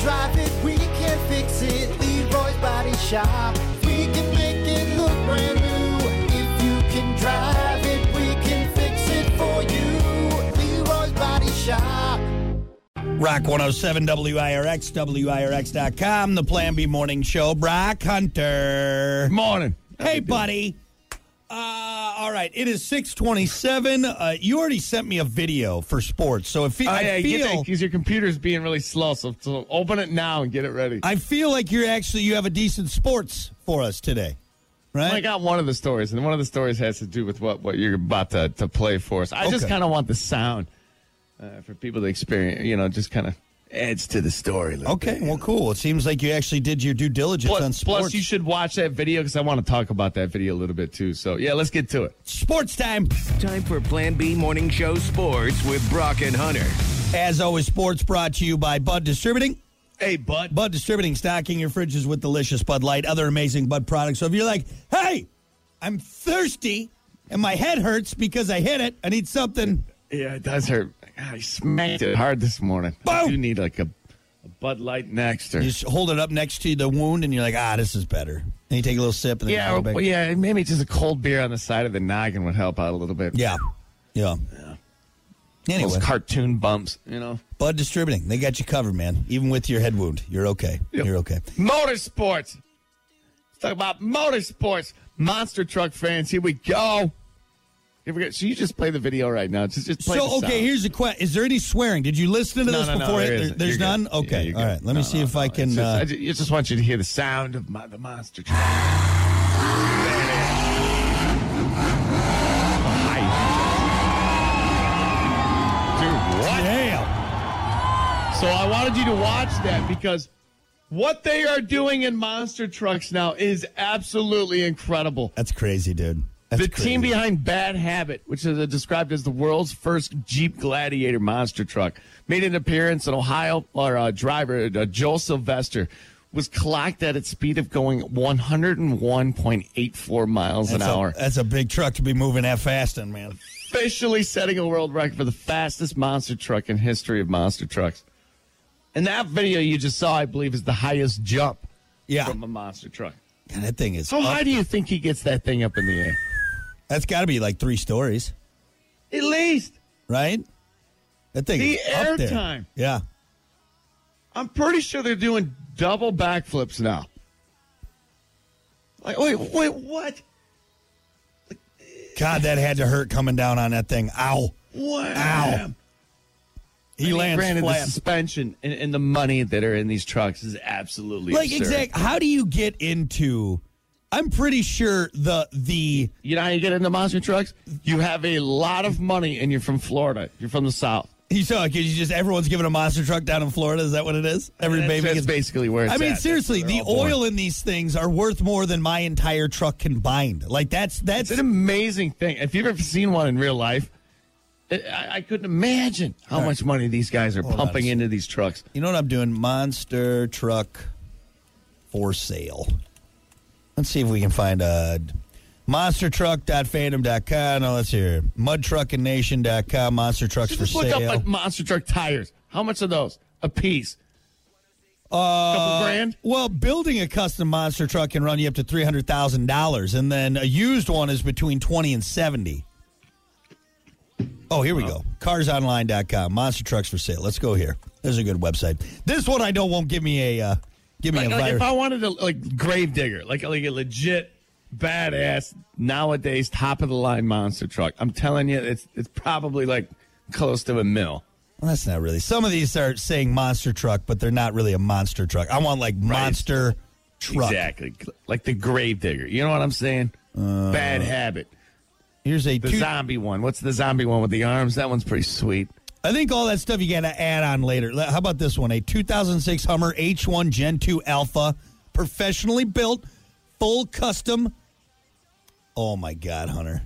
drive it, we can fix it. Leroy's Body Shop. We can make it look brand new. If you can drive it, we can fix it for you. Leroy's Body Shop. Rock 107 WIRX, WIRX.com, the Plan B Morning Show. Brock Hunter. Morning. Hey, buddy. Uh, all right, it is 627. Uh, you already sent me a video for sports, so if Oh, I yeah, feel... because your computer's being really slow, so, so open it now and get it ready. I, I feel like you're actually you have a decent sports for us today, right? got one of the stories, and one of the stories has to do with what, what you're about to, to play for us. I just Okay. kind of want the sound uh, for people to experience, you know, just kind of adds to the story. a little Okay, bit. well, cool. It seems like you actually did your due diligence on Plus, sports. plus, you should watch that video because I want to talk about that video a little bit too. So, yeah, let's get to it. sports time. Time for Plan B Morning Show Sports with Brock and Hunter. As always, sports brought to you by Bud Distributing. Hey, bud. Bud Distributing, stocking your fridges with delicious Bud Light, other amazing Bud products. So if you're like, hey, I'm thirsty and my head hurts because I hit it, I need something. Yeah, it does hurt. God, I smacked it hard this morning. I Boom. do need like a, a Bud Light next. Or, You just hold it up next to the wound and you're like, ah, this is better. And you take a little sip and then yeah, go or- back. yeah, maybe just a cold beer on the side of the noggin would help out a little bit. Yeah. Yeah. Anyway, Those cartoon bumps, you know. Bud Distributing, they got you covered, man. Even with your head wound, you're okay. Yep. You're okay. Motorsports. Let's talk about motorsports. Monster truck fans, here we go. Here we go. So you just play the video right now. Just, just play the So okay, sound. here's the question: Is there any swearing? Did you listen to No, this no, no, before? there There- isn't. there's You're good. none. Yeah, Okay, you're all good. right. Let me No, see no, if no. I It's can. Just, uh, I ju- you just want you to hear the sound of my, the monster truck. There it is. Hi. Dude, what? Damn. So I wanted you to watch that because what they are doing in monster trucks now is absolutely incredible. That's crazy, dude. That's The team crazy. behind Bad Habit, which is uh, described as the world's first Jeep Gladiator monster truck, made an appearance in Ohio. Our uh, driver, uh, Joel Sylvester, was clocked at its speed of going 101.84 miles an That's a- hour, That's a big truck to be moving that fast in, man. officially setting a world record for the fastest monster truck in history of monster trucks. And that video you just saw, I believe, is the highest jump Yeah, from a monster truck. God, that thing is. So how do you think he gets that thing up in the air? That's got to be like three stories, At least. right? That thing. The is up there. airtime. Yeah. I'm pretty sure they're doing double backflips now. Like, wait, wait, what? God, that had to hurt coming down on that thing. Ow. What? Ow. He lands Granted, flat. the suspension and, and the money that are in these trucks is absolutely like absurd. exact. How do you get into? I'm pretty sure the the You know how you get into monster trucks? You have a lot of money, and you're from Florida. You're from the South. You saw because you just everyone's giving a monster truck down in Florida. Is that what it is? Every That's- baby that's gets. basically where it's I mean, at. seriously, They're the all born. oil in these things are worth more than my entire truck combined. Like that's that's It's an amazing thing. If you've ever seen one in real life, I- I, I couldn't imagine how much money these guys are on a pumping into these trucks. you know what I'm doing? Monster truck for sale. Let's see if we can find a monstertruck.fandom.com. No, let's hear it. mudtruckingnation.com. Monster trucks for Just look sale. up like monster truck tires. How much are those? A piece. Uh, couple grand. Well, building a custom monster truck can run you up to three hundred thousand dollars, and then a used one is between twenty and seventy. Oh, here we go. Carsonline.com. Monster trucks for sale. Let's go here. There's a good website. This one I know won't give me a uh, give me Like, a like, if virus. I wanted a like grave digger, like like a legit badass nowadays top of the line monster truck. I'm telling you, it's it's probably like close to a mil. Well, that's not really. Some of these are saying monster truck, but they're not really a monster truck. I want like monster truck. Exactly, like the grave digger. You know what I'm saying? Bad habit. Here's a Uh, The two- zombie one. What's the zombie one with the arms? That one's pretty sweet. I think all that stuff you got to add on later. Le- How about this one? A 2006 Hummer H1 Gen 2 Alpha, professionally built, full custom. Oh my God, Hunter!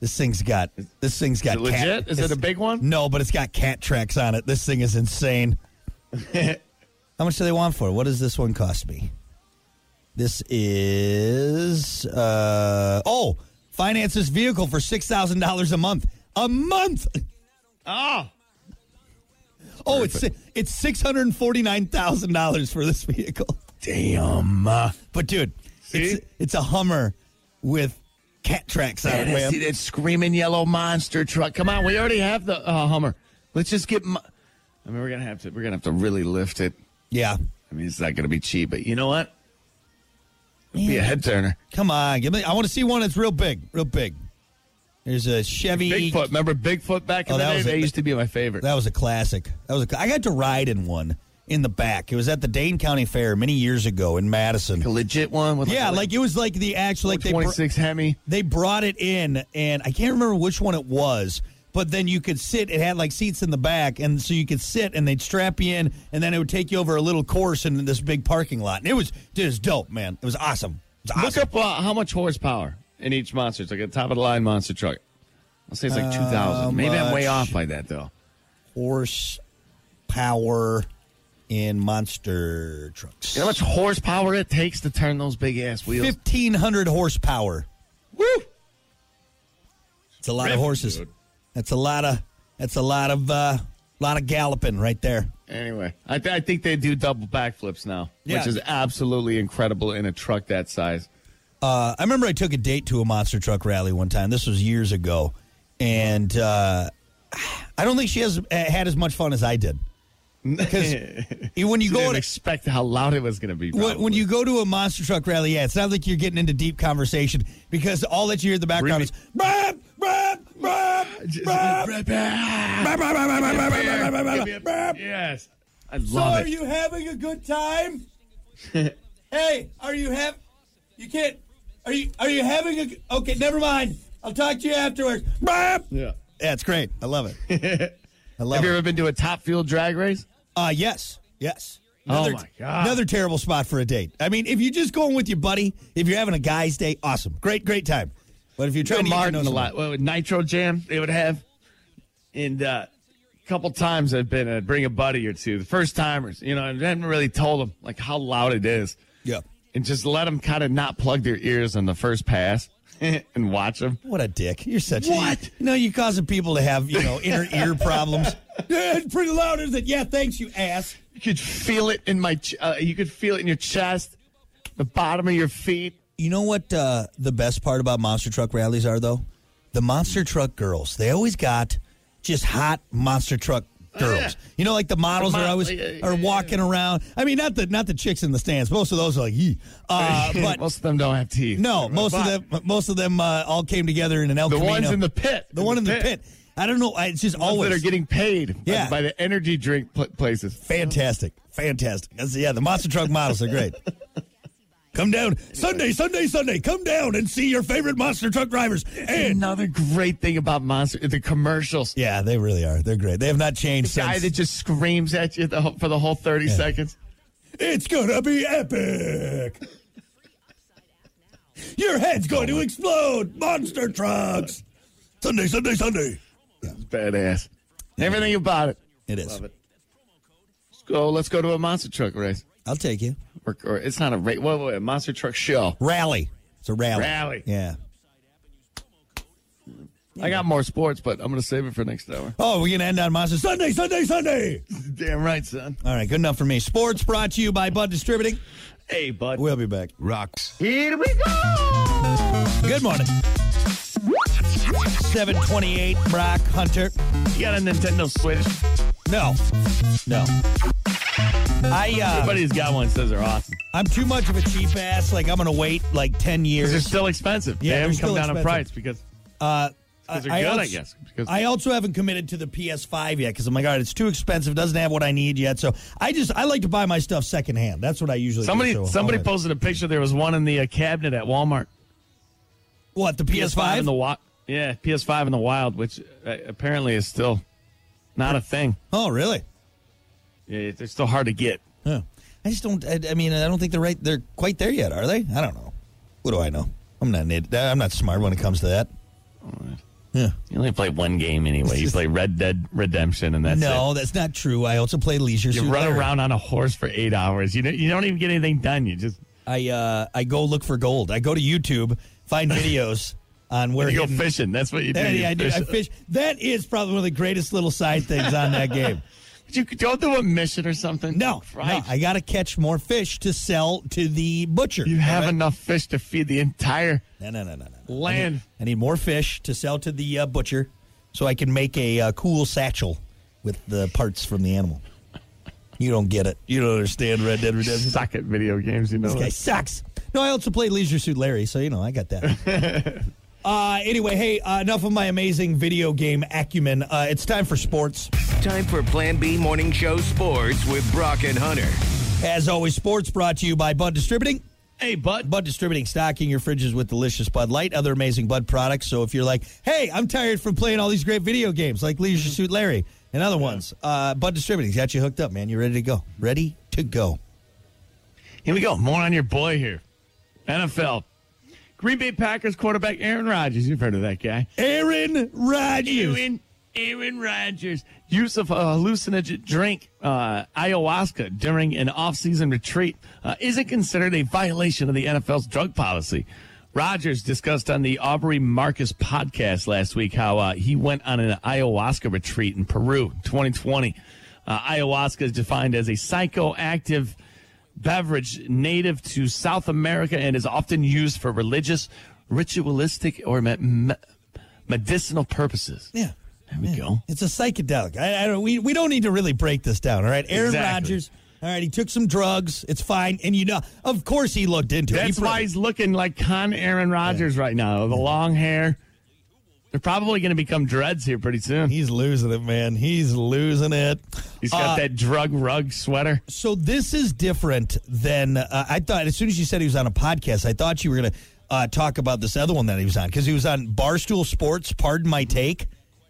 This thing's got this thing's got Is it cat- legit? Is it it's- a big one? No, but it's got cat tracks on it. This thing is insane. How much do they want for it? What does this one cost me? This is uh oh, finance this vehicle for six thousand dollars a month. A month. Oh, Oh, it's it's six hundred and forty nine thousand dollars for this vehicle. Damn. uh, But dude, See? it's it's a Hummer with cat tracks on That it, is man. see that screaming yellow monster truck. Come on, we already have the uh, Hummer. Let's just get. Mo- I mean, we're gonna have to. We're gonna have to really lift it. Yeah, I mean, it's not gonna be cheap, but you know what? It'd Be a head turner. come on, give me. I want to see one that's real big, real big. There's a Chevy. Bigfoot. Remember Bigfoot back in Oh, the that day? was They it. used to be my favorite. That was a classic. That was a, I got to ride in one in the back. It was at the Dane County Fair many years ago in Madison. a legit one. With Yeah, like it was like the actual like they br- twenty six Hemi. they brought it in and I can't remember which one it was, but then you could sit. It had like seats in the back, and so you could sit and they'd strap you in, and then it would take you over a little course in this big parking lot. And it was dude, it was dope, man. It was awesome. It was Look awesome. up uh, how much horsepower in each monster. It's like a top of the line monster truck. I'll say it's like two thousand. Maybe I'm way Uh, much? off by that though. horse power in monster trucks. You know how much horsepower it takes to turn those big ass wheels? Fifteen hundred horsepower. Woo! It's a lot Ripping, of horses. dude. That's a lot of that's a lot of uh lot of galloping right there. Anyway, I, th- I think they do double backflips now, Yeah. which is absolutely incredible in a truck that size. Uh, I remember I took a date to a monster truck rally one time. This was years ago, and uh, I don't think she has had as much fun as I did. Because when you go Didn't to, expect how loud it was going to be. when, when probably. you go to a monster truck rally, yeah, it's not like you're getting into deep conversation because all that you hear in the background is Really? brap, brap, brap, Just- brap, brap, brap, brap, Brap, brap, brap, brap, brap, brap, brap, brap, brap, brap. brap. Yes, I So love are it. you having a good time? hey, are you have? You can't. Are you are you having a? g- Okay, never mind. I'll talk to you afterwards. Bop. Yeah, yeah. it's great. I love it. I love Have you it. ever been to a top field drag race? Uh yes, yes. Oh, my God. Another terrible spot for a date. I mean, if you're just going with your buddy, if you're having a guy's day, awesome, great, great time. But if you're Joe trying to get to Martin know a lot. someone, Well, Nitro Jam they would have, and uh, a couple times I've been uh, bring a buddy or two. The first timers, you know, I haven't really told them like how loud it is, yeah. and just let them kind of not plug their ears on the first pass and watch them. What a dick! You're such What? You, know, you're causing people to have you know inner ear problems. Yeah, it's pretty loud, isn't it? Yeah, thanks, you ass. You could feel it in my, ch- uh, you could feel it in your chest, the bottom of your feet. You know what uh, the best part about monster truck rallies are, though? The monster truck girls. They always got just hot monster truck girls. yeah. You know, like the models The are mo- always yeah, yeah, are yeah. walking around. I mean, not the not the chicks in the stands. Most of those are like, Yee. Uh, but most of them don't have teeth. no, most of But them most of them uh, all came together in an El The Camino. ones in the pit, the one in the pit. I don't know. I, it's just ones always that are getting paid by- Yeah. by, the energy drink pl- places. fantastic, fantastic. That's- yeah, the monster truck models are great. Come down Sunday, Sunday, Sunday. Come down and see your favorite monster truck drivers and Another great thing about Monster, the commercials. Yeah, they really are. They're great. They have not changed guy that since. just screams at you the, whole- for the whole 30 seconds. It's gonna be epic. Your head's going to explode. Monster trucks. Sunday, Sunday, Sunday. It's badass. Everything about it. It is. Let's go, let's go to a monster truck race. I'll take you. Or, or it's not a race. Whoa, whoa, a monster truck show. Rally. It's a rally. Rally. Yeah. I got more sports, but I'm going to save it for next hour. Oh, we're gonna end on monster Sunday, Sunday, Sunday. Damn right, son. All right, good enough for me. Sports brought to you by Bud Distributing. Hey, bud. We'll be back. Rocks. Good morning. 728 Brock Hunter. You got a Nintendo Switch. No. No. I uh Everybody's got one. Says they're awesome. I'm too much of a cheap ass. Like I'm gonna wait like ten They're years. still expensive. Yeah, they haven't they're still come down in expensive. price because Uh, they're good, I guess, because- I also haven't committed to the PS5 yet because I'm like, all right, it's too expensive. Doesn't have what I need yet. So I just I like to buy my stuff secondhand. That's what I usually somebody do. So somebody I'll- posted a picture. There was one in the uh, cabinet at Walmart. what the PS5. in the wild. Yeah, PS5 in the wild, which uh, apparently is still not a thing. oh really? Yeah, they're still hard to get. Huh. I just don't. I, I mean, I don't think they're right. They're quite there yet, are they? I don't know. What do I know? I'm not an idiot. I'm not smart when it comes to that. Yeah. You only play one game anyway. You play Red Dead Redemption, and that's no, that's not true. I also play Leisure it. You Suit run Larry. around on a horse for eight hours. You don't, you don't even get anything done. You just I uh, I go look for gold. I go to YouTube, find videos on where you go hidden- fishing. That's what you do. That, You I do. I fish. fish. That is probably one of the greatest little side things on that game. you don't do a mission or something? No, no, Right. I got to catch more fish to sell to the butcher. you All have right? enough fish to feed the entire. No, no, no, no, no, no. Land. I need, I need more fish to sell to the uh, butcher, so I can make a uh, cool satchel with the parts from the animal. You don't get it. You don't understand Red Dead Redemption. Suck at video games, you know. This guy sucks. No, I also played Leisure Suit Larry, so you know I got that. uh, anyway, hey, uh, enough of my amazing video game acumen. Uh, it's time for sports. Time for Plan B Morning Show Sports with Brock and Hunter. As always, sports brought to you by Bud Distributing. Hey, bud. Bud Distributing, stocking your fridges with delicious Bud Light, other amazing Bud products. So if you're like, hey, I'm tired from playing all these great video games like Leisure Mm-hmm. Suit Larry and other ones, uh, Bud Distributing's got you hooked up, man. You're ready to go. Ready to go. Here we go. More on your boy here. NFL. Green Bay Packers quarterback Aaron Rodgers. You've heard of that guy. Aaron Rodgers. Aaron, Aaron Rodgers. Use of a hallucinogen drink, uh, ayahuasca, during an off-season retreat uh, isn't considered a violation of the NFL's drug policy. Rodgers discussed on the Aubrey Marcus podcast last week how uh, he went on an ayahuasca retreat in Peru, 2020. Uh, ayahuasca is defined as a psychoactive beverage native to South America and is often used for religious, ritualistic, or me- me- medicinal purposes. Yeah. There we Yeah. go. It's a psychedelic. I, I don't, we, we don't need to really break this down, all right? Aaron Exactly. Rodgers, all right, he took some drugs. It's fine. And you know, of course he looked into it. He That's probably- why he's looking like con Aaron Rodgers right now. The long hair. They're probably going to become dreads here pretty soon. He's losing it, man. He's losing it. He's got Uh, that drug rug sweater. So this is different than uh, I thought. As soon as you said he was on a podcast, I thought you were going to uh, talk about this other one that he was on because he was on Barstool Sports. Pardon my take.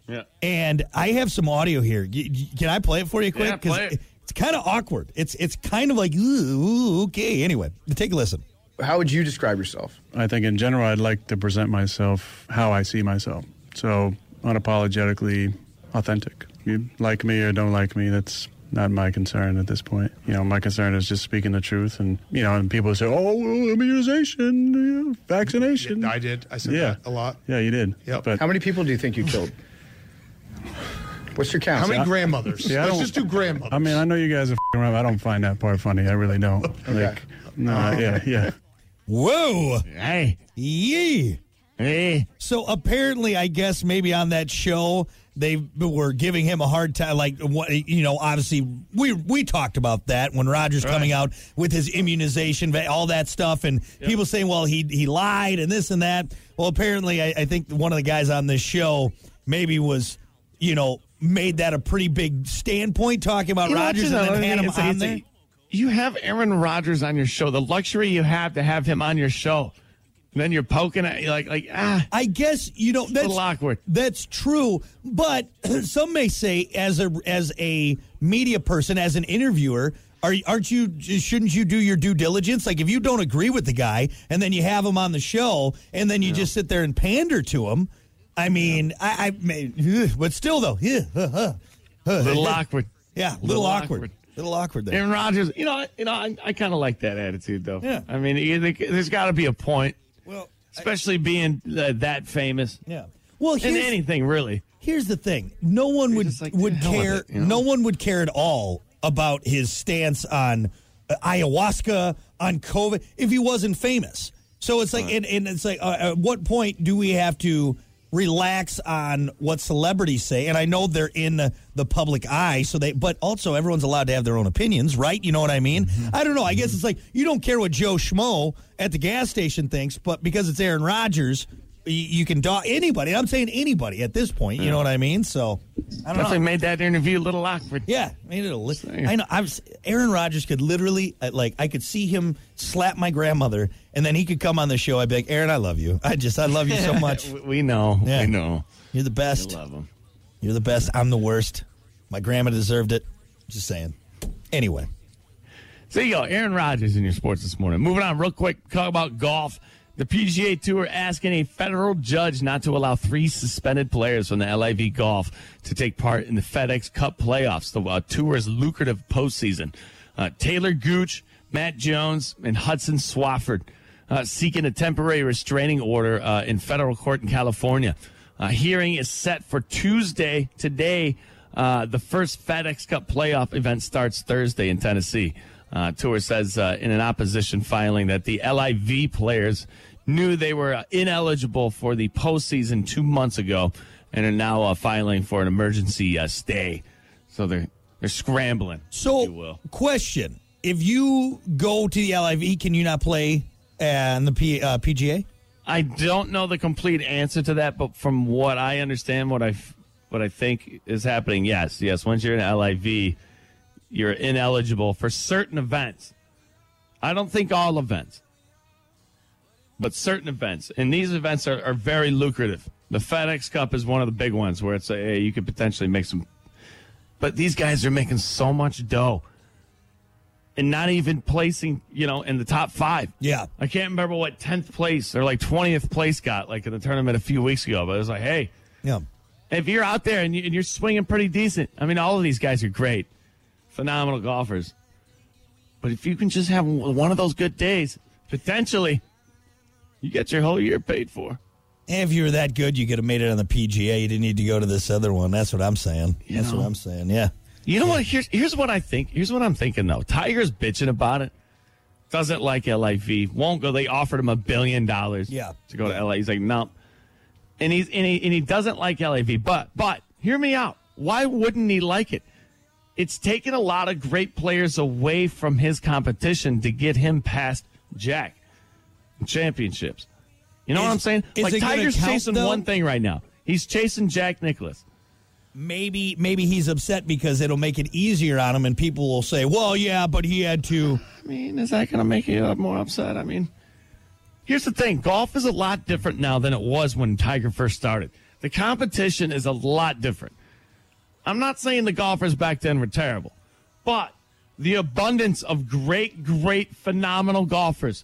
Yeah. And I have some audio here. Y- y- Can I play it for you quick? Yeah, play 'Cause it. It's kind of awkward. It's it's kind of like ooh, okay. Anyway, take a listen. How would you describe yourself? I think in general, I'd like to present myself how I see myself. So unapologetically authentic. You like me or don't like me, that's not my concern at this point. You know, my concern is just speaking the truth. And, you know, and people say, oh, well, immunization, you know, vaccination. I did. I said yeah. that a lot. Yeah, you did. Yep. But How many people do you think you killed? What's your count? How many grandmothers? Yeah, I Let's don't- just do grandmothers. I mean, I know you guys are fing around. I don't find that part funny. I really don't. Like, no, yeah, yeah. Whoa, Hey. yee. Hey. So apparently, I guess maybe on that show they were giving him a hard time. Like what you know, obviously we we talked about that when Rogers coming out with his immunization, va- all that stuff, and people saying, well, he he lied and this and that. Well, apparently, I, I think one of the guys on this show maybe was you know made that a pretty big standpoint talking about You know Rogers what's and then another had thing? him It's like- on it's there. like, You have Aaron Rodgers on your show. The luxury you have to have him on your show. And then you're poking at like like ah. I guess you know that's little awkward. That's true, but some may say as a as a media person, as an interviewer, are aren't you shouldn't you do your due diligence? Like if you don't agree with the guy and then you have him on the show and then you just sit there and pander to him, I mean, I, I may- ugh, but still though, yeah, huh, huh, huh. Little awkward. yeah, little, awkward. little awkward there. Aaron Rodgers, you know, you know, I, I kind of like that attitude though. Yeah. I mean, you think- there's got to be a point, Well, especially being uh, that famous. yeah. Well, In here's- anything really. Here's the thing: no one would just like, would "To hell with care. it," you know? No one would care at all about his stance on uh, ayahuasca, on COVID, if he wasn't famous. So it's like, and, and it's like, uh, at what point do we have to relax on what celebrities say? And I know they're in the, the public eye, so they, but also everyone's allowed to have their own opinions, right? You know what I mean? I don't know. I guess it's like you don't care what Joe Schmo at the gas station thinks, but because it's Aaron Rodgers, you, you can dog anybody. I'm saying anybody at this point. You know what I mean? So I don't Definitely know. made that interview a little awkward. Yeah, made it a list. I know. I was Aaron Rodgers could literally I- like I could see him slap my grandmother, and then he could come on the show. I'd be like, Aaron, I love you. I just I love you so much. We- We know. Yeah. We know. You're the I best. love him. You're the best. I'm the worst. My grandma deserved it. Just saying. Anyway, So you go, Aaron Rodgers in your sports this morning. Moving on real quick, talk about golf. The PGA Tour asking a federal judge not to allow three suspended players from the LIV Golf to take part in the FedEx Cup playoffs, the uh, tour's lucrative postseason. Uh, Taylor Gooch, Matt Jones, and Hudson Swafford uh, seeking a temporary restraining order uh, in federal court in California. Uh, hearing is set for Tuesday today Uh, the first FedEx Cup playoff event starts Thursday in Tennessee. Uh, Tour says uh, in an opposition filing that the LIV players knew they were uh, ineligible for the postseason two months ago and are now uh, filing for an emergency uh, stay. So they're they're scrambling. if you So, will. question: If you go to the LIV, can you not play on the P, uh, PGA? I don't know the complete answer to that, but from what I understand, what I f- what I think is happening, yes, yes. Once you're in LIV, you're ineligible for certain events. I don't think all events, but certain events, and these events are, are very lucrative. The FedEx Cup is one of the big ones where it's a, hey, you could potentially make some. But these guys are making so much dough, and not even placing, you know, in the top five. Yeah. I can't remember what 10th place or like 20th place got like in the tournament a few weeks ago, but it was like, hey, Yeah. if you're out there and, you, and you're swinging pretty decent, I mean, all of these guys are great, phenomenal golfers. But if you can just have one of those good days, potentially, you get your whole year paid for. And if you were that good, you could have made it on the PGA. You didn't need to go to this other one. That's what I'm saying. That's know. what I'm saying. Yeah. You know what? Here's here's what I think. Here's what I'm thinking though. Tiger's bitching about it. Doesn't like LIV. Won't go. They offered him a billion dollars. Yeah. To go to LA. He's like, no. And he's and he, and he doesn't like LIV. But but hear me out. Why wouldn't he like it? It's taken a lot of great players away from his competition to get him past Jack in championships. You know what Is- I'm saying? is Like it gonna Tiger's count, chasing though? one thing right now. He's chasing Jack Nicholas. Maybe maybe he's upset because it'll make it easier on him, and people will say, "Well, yeah, but he had to." I mean, is that going to make you more upset? I mean, here's the thing golf is a lot different now than it was when Tiger first started. The competition is a lot different. I'm not saying the golfers back then were terrible, but the abundance of great, great, phenomenal golfers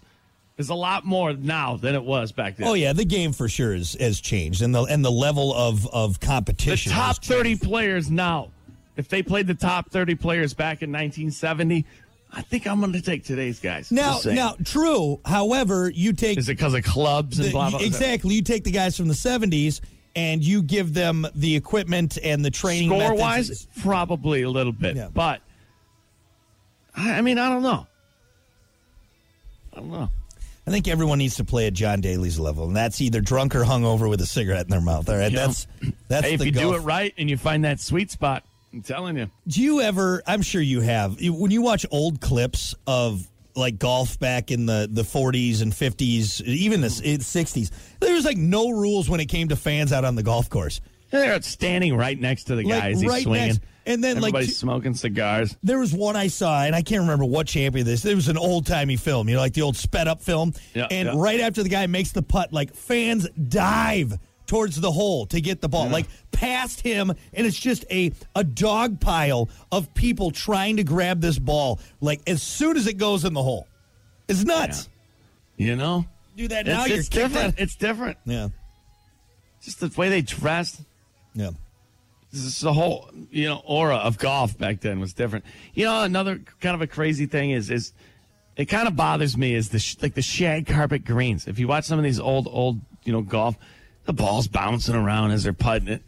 is a lot more now than it was back then. Oh yeah, the game for sure is, has changed, and the and the level of of the competition. has top 30 players now, if they played the top 30 players back in 1970, I think I'm going to take today's guys. Now, Just saying. now, true. However, you take Is it because of clubs and the- blah blah? blah? exactly. You take the guys from the '70s and you give them the equipment and the training. Score methods. wise, probably a little bit, Yeah. but I, I mean, I don't know. I don't know. I think everyone needs to play at John Daly's level, and that's either drunk or hungover with a cigarette in their mouth. All right, Yeah. that's that's Hey, if the you do golf. it right and you find that sweet spot, I'm telling you, Do you ever? I'm sure you have. you- When you watch old clips of like golf back in the the 40s and 50s, even the s- 60s, there was like no rules when it came to fans out on the golf course. they're out standing right next to the guy Like, as he's right swinging, next- and then, like, everybody's two- smoking cigars. There was one I saw, and I can't remember what champion this. It was an old timey film, you know, like the old sped up film. Yeah, and yeah. right after the guy makes the putt, like fans dive towards the hole to get the ball, like past him, and it's just a a dog pile of people trying to grab this ball, like as soon as it goes in the hole. It's nuts. You know, Do that now. it's, you're it's kicked different. out. It's different. Yeah, Just the way they dress. yeah. this is the whole you know aura of golf back then was different. You know, another kind of a crazy thing is is it kind of bothers me is the sh- like the shag carpet greens. If you watch some of these old old you know golf, the ball's bouncing around as they're putting it.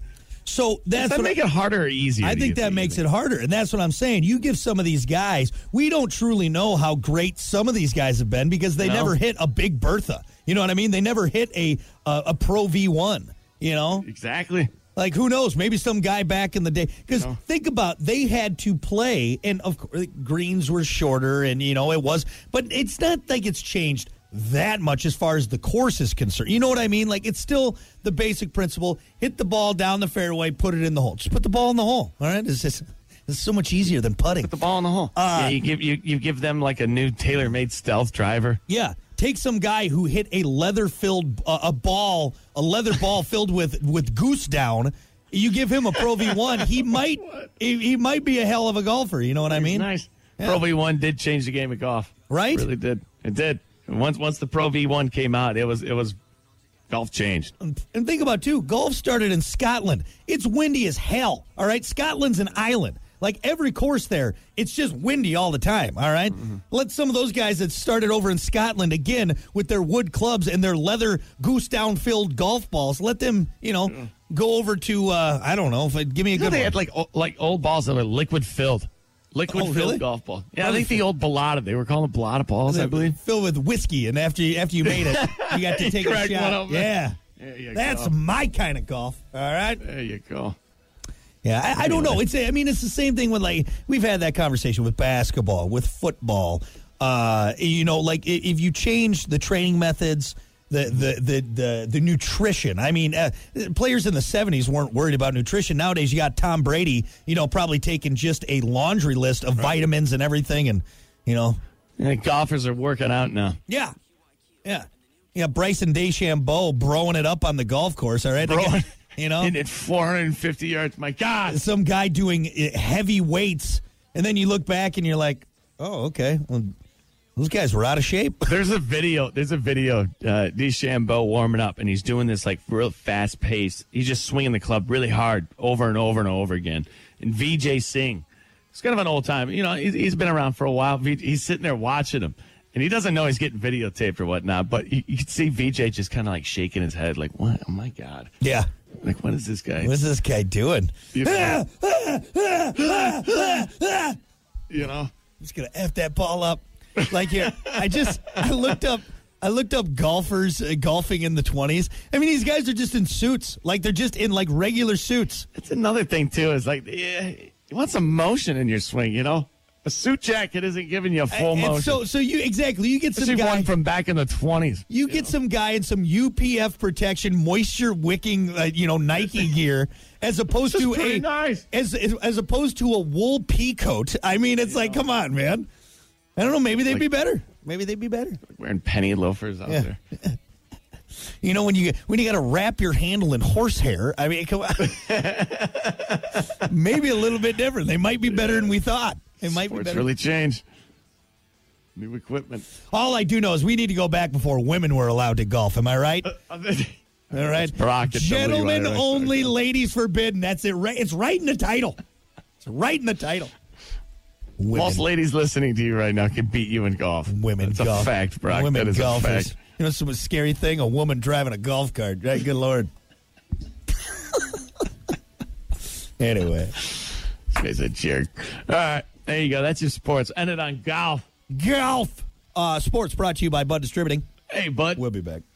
So that's Does that what I- make it harder or easier? I do you think that makes it harder. And that's what I'm saying. You give some of these guys, we don't truly know how great some of these guys have been because they No. never hit a big Bertha. You know what I mean? They never hit a a, a Pro V1, you know? Exactly. Like who knows? Maybe some guy back in the day. Because think about they had to play, and of course greens were shorter, and you know it was. But it's not like it's changed that much as far as the course is concerned. You know what I mean? Like it's still the basic principle: hit the ball down the fairway, put it in the hole. Just put the ball in the hole. All right, it's just it's so much easier than putting. The ball in the hole. Uh, yeah, you give you, you give them like a new tailor made stealth driver. Yeah. Take some guy who hit a leather filled uh, a ball, a leather ball filled with with goose down. You give him a Pro V1, he might he, he might be a hell of a golfer, you know what I mean? nice. Yeah. Pro V one did change the game of golf. Right? Really did. It did. And once once the Pro V one came out, it was it was golf changed. And think about too, golf started in Scotland. It's windy as hell. All right, Scotland's an island. Like every course there, it's just windy all the time. All right? Mm-hmm. let some of those guys that started over in Scotland again with their wood clubs and their leather goose down filled golf balls. Let them, you know, go over to uh, I don't know. If it, give me a You know good they one. had like o- like old balls that are liquid filled, liquid Oh, filled really? golf ball. Yeah, I How do think they the old balata. They were calling it balata balls, I believe. filled with whiskey, and after you, after you made it, you got to take a cracked one shot. open. Yeah, There you that's go. my kind of golf. All right. There you go. Yeah, I, I don't know. It's I mean it's the same thing with like we've had that conversation with basketball, with football. Uh, you know, like i- if you change the training methods, the the the the, the nutrition. I mean, uh, players in the '70s weren't worried about nutrition. Nowadays, you got Tom Brady, you know, probably taking just a laundry list of vitamins and everything, and you know, Yeah, golfers are working out now. yeah, yeah, yeah. Bryson DeChambeau broing it up on the golf course. All right, Like, Broing. you know, And at 450 yards, my God. some guy doing uh, heavy weights, and then you look back and you're like, oh, okay, well, those guys were out of shape. There's a video. There's a video of uh, DeChambeau warming up, and he's doing this like real fast pace. He's just swinging the club really hard over and over and over again. And VJ Singh, he's kind of an old time. You know, he's, he's been around for a while. V- He's sitting there watching him, and he doesn't know he's getting videotaped or whatnot. But you, you can see VJ just kind of like shaking his head, like, "What? Oh my God! Yeah. Like, what is this guy?" What's this guy doing? You know, you know? I'm just gonna f that ball up. Like here, I just I looked up I looked up golfers uh, golfing in the 20s. I mean, these guys are just in suits, like they're just in like regular suits. That's another thing too. Is like, yeah, you want some motion in your swing. You know, a suit jacket isn't giving you a full And motion. so so you exactly you get some Especially guy one from back in the twenties. You get some guy in some UPF protection, moisture wicking, uh, you know, Nike gear, as opposed This is to pretty a nice. as as opposed to a wool pea coat. I mean, it's like, come on, man. I don't know. Maybe they'd be better. Maybe they'd be better. Wearing penny loafers out there. You know, when you when you got to wrap your handle in horsehair. I mean, come on. maybe a little bit different. They might be better than we thought. They might be Sports better. really changed. New equipment. All I do know is we need to go back before women were allowed to golf. Am I right? All right. Brock at Gentlemen WIRX. only, ladies forbidden. That's it. Right, it's right in the title. It's right in the title. Most Women, ladies listening to you right now can beat you in golf. women That's golf. a fact, Brock. Women that is golf a fact. is- you know, some scary thing. A woman driving a golf cart. Right? Good lord. anyway, This guy's a jerk. All right, there you go. That's your sports. Ended on golf. golf. Uh, sports brought to you by Bud Distributing. Hey, bud. We'll be back.